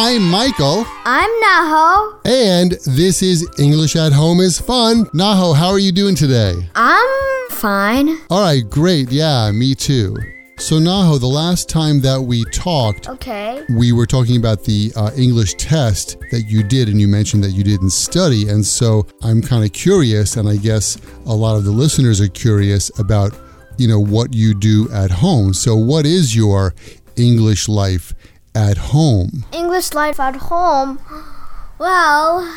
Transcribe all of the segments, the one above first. Michael. I'm Naho. And this is English at Home is Fun. Naho, how are you doing today? I'm fine. All right, great. Yeah, me too. So, Naho, the last time that we talked, Okay. we were talking about the uh, English test that you did, and you mentioned that you didn't study. And so I'm kind of curious, and I guess a lot of the listeners are curious about, you know, what you do at home. So, what is your English life at home? English life at home. Well,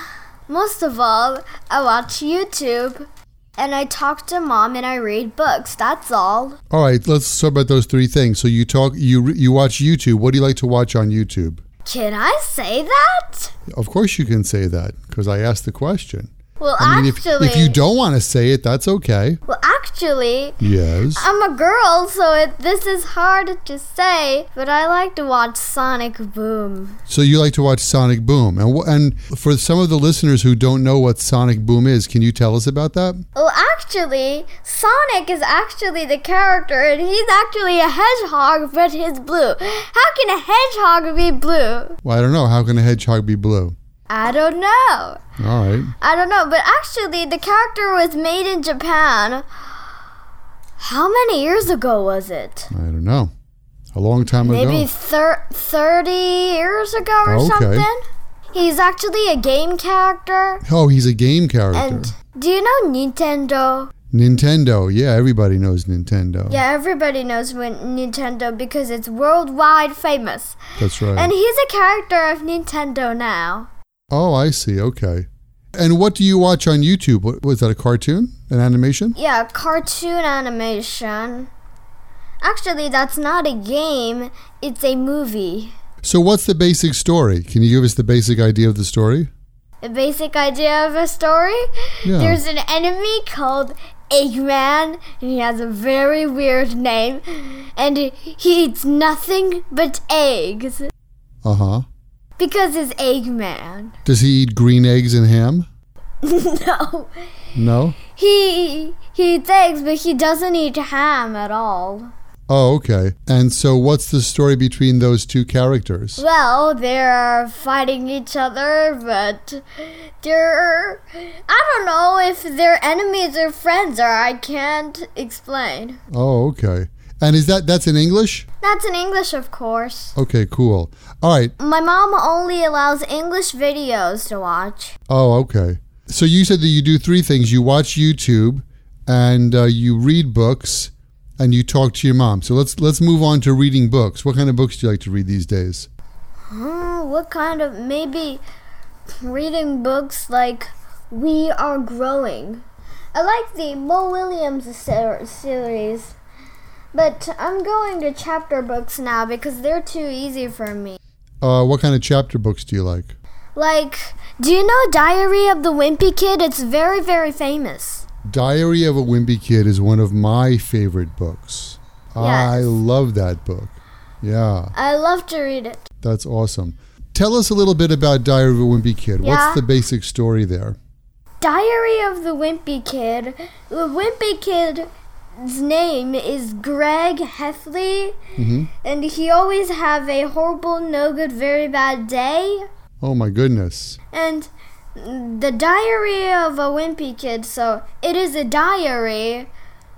most of all, I watch YouTube and I talk to mom and I read books. That's all. All right, let's talk about those three things. So you talk, you re- you watch YouTube. What do you like to watch on YouTube? Can I say that? Of course, you can say that because I asked the question. Well, I mean, if, actually, if you don't want to say it, that's okay. well, actually, Yes. I'm a girl, so it, this is hard to say. But I like to watch Sonic Boom. So you like to watch Sonic Boom, and wh- and for some of the listeners who don't know what Sonic Boom is, can you tell us about that? Well, actually, Sonic is actually the character, and he's actually a hedgehog, but he's blue. How can a hedgehog be blue? Well, I don't know. How can a hedgehog be blue? I don't know. All right. I don't know, but actually, the character was made in Japan. How many years ago was it? I don't know. A long time Maybe ago. thir- 30 years ago or Oh Okay. something? He's actually a game character. Oh, he's a game character. And do you know Nintendo? Nintendo. Yeah, everybody knows Nintendo. Yeah, everybody knows when Nintendo because it's worldwide famous. That's right. And he's a character of Nintendo now. oh, I see. Okay. And what do you watch on YouTube? What, was that a cartoon? An animation? Yeah, cartoon animation. Actually, that's not a game, it's a movie. So what's the basic story? Can you give us the basic idea of the story? The basic idea of a story Yeah. there's an enemy called Eggman, and he has a very weird name, and he eats nothing but eggs Uh huh. because he's Eggman. Does he eat green eggs and ham? no. No. He he eats eggs, but he doesn't eat ham at all. Oh, okay. And so, what's the story between those two characters? Well, they're fighting each other, but they're I don't know if they're enemies or friends, or I can't explain. Oh, okay. And is that that's in English? That's in English, of course. Okay, cool. All right. My mom only allows English videos to watch. Oh, okay. So you said that you do three things: you watch YouTube, and uh, you read books, and you talk to your mom. So let's let's move on to reading books. What kind of books do you like to read these days? Hmm, what kind of maybe reading books like We Are Growing? I like the Mo Williams ser- series, but I'm going to chapter books now because they're too easy for me. Uh, what kind of chapter books do you like? Like, do you know Diary of the Wimpy Kid? It's very, very famous. Diary of a Wimpy Kid is one of my favorite books. I love that book. Yeah. I love to read it. That's awesome. Tell us a little bit about Diary of a Wimpy Kid. Yeah. What's the basic story there? Diary of the Wimpy Kid. The Wimpy Kid's name is Greg Heffley, and he always have a horrible, no good, very bad day. Oh my goodness. And the Diary of a Wimpy Kid. So it is a diary.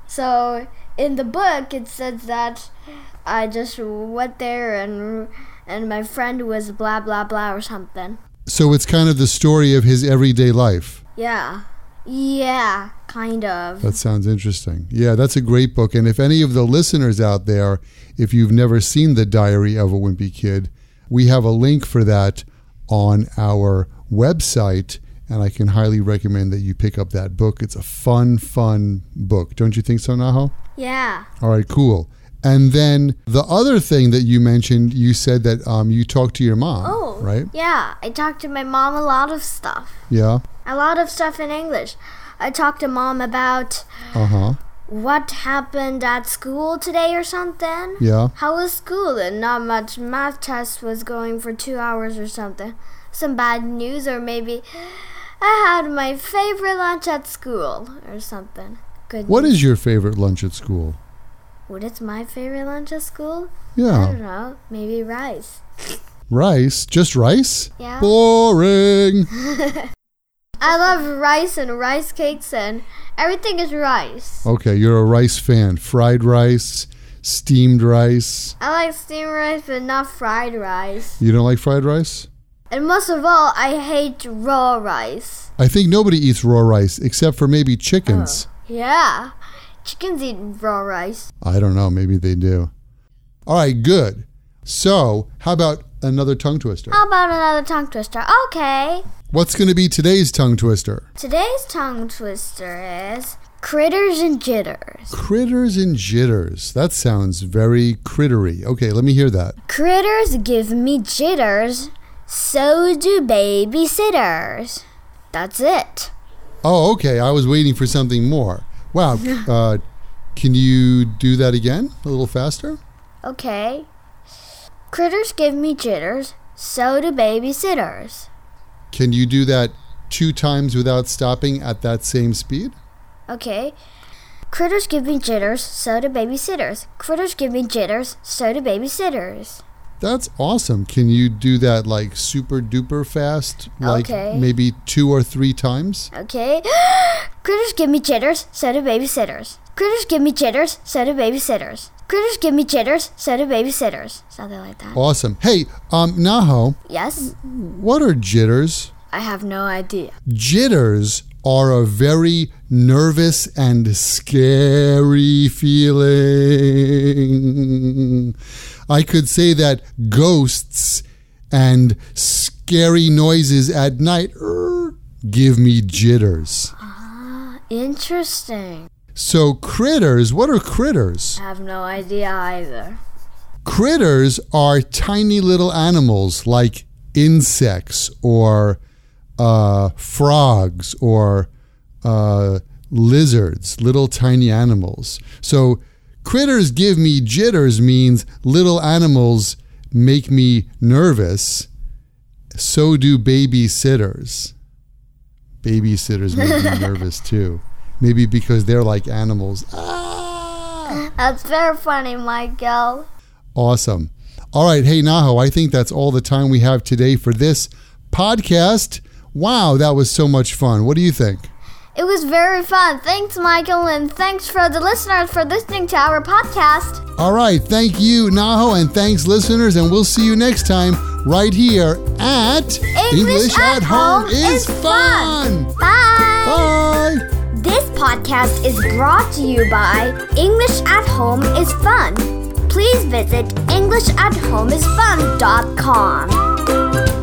So in the book, it says that I just went there and and my friend was blah blah blah or something. So it's kind of the story of his everyday life. Yeah, yeah, kind of. That sounds interesting. Yeah, that's a great book. And if any of the listeners out there, if you've never seen The Diary of a Wimpy Kid, we have a link for that on our website. And I can highly recommend that you pick up that book. It's a fun, fun book. Don't you think so, Naho? Yeah. All right, cool. And then the other thing that you mentioned, you said that um, you talked to your mom, Oh, right? Yeah, I talk to my mom a lot of stuff. Yeah. A lot of stuff in English. I talk to mom about Uh huh. what happened at school today or something. Yeah. How was school? And not much. Math test was going for two hours or something. Some bad news, or maybe I had my favorite lunch at school or something. Good. What news. is your favorite lunch at school? Oh. What is my favorite lunch at school? I don't Yeah. know. Maybe rice. Rice? Just rice? Yeah. Boring. I love rice and rice cakes and everything is rice. Okay, you're a rice fan. Fried rice, steamed rice. I like steamed rice, but not fried rice. You don't like fried rice? And most of all, I hate raw rice. I think nobody eats raw rice except for maybe chickens. Yeah, chickens eat raw rice. I don't know. Maybe they do. All right, good. So, how about another tongue twister? How about another tongue twister? Okay. What's going to be today's tongue twister? Today's tongue twister is critters and jitters. Critters and jitters. That sounds very crittery. Okay, let me hear that. Critters give me jitters, so do babysitters. That's it. Oh, okay. I was waiting for something more. Wow. Uh, can you do that again a little faster? Okay. Critters give me jitters, so do babysitters. Can you do that two times without stopping at that same speed? Okay. Critters give me jitters, so do babysitters. Critters give me jitters, so do babysitters. That's awesome. Can you do that like super duper fast? Like Okay. maybe two or three times? Okay. Critters give me jitters, so do babysitters. Critters give me jitters, so do babysitters. Critters give me jitters, so do babysitters. Something like that. Awesome. Hey, um, Naho, Yes? what are jitters? I have no idea. Jitters are a very nervous and scary feeling. I could say that ghosts and scary noises at night er, give me jitters. Interesting. So, critters, what are critters? I have no idea either. critters are tiny little animals like insects or uh, frogs or uh, lizards, little tiny animals. So, critters give me jitters means little animals make me nervous. So do babysitters. Babysitters make me nervous too. Maybe because they're like animals. Ah! That's very funny, Michael. Awesome. All right. Hey, Naho, I think that's all the time we have today for this podcast. Wow, that was so much fun. What do you think? It was very fun. Thanks, Michael, and thanks for the listeners for listening to our podcast. All right. Thank you, Naho, and thanks, listeners. And we'll see you next time right here at English at Home is Fun. Bye. Bye. This podcast is brought to you by English at Home is Fun. Please visit EnglishAtHomeIsFun.com.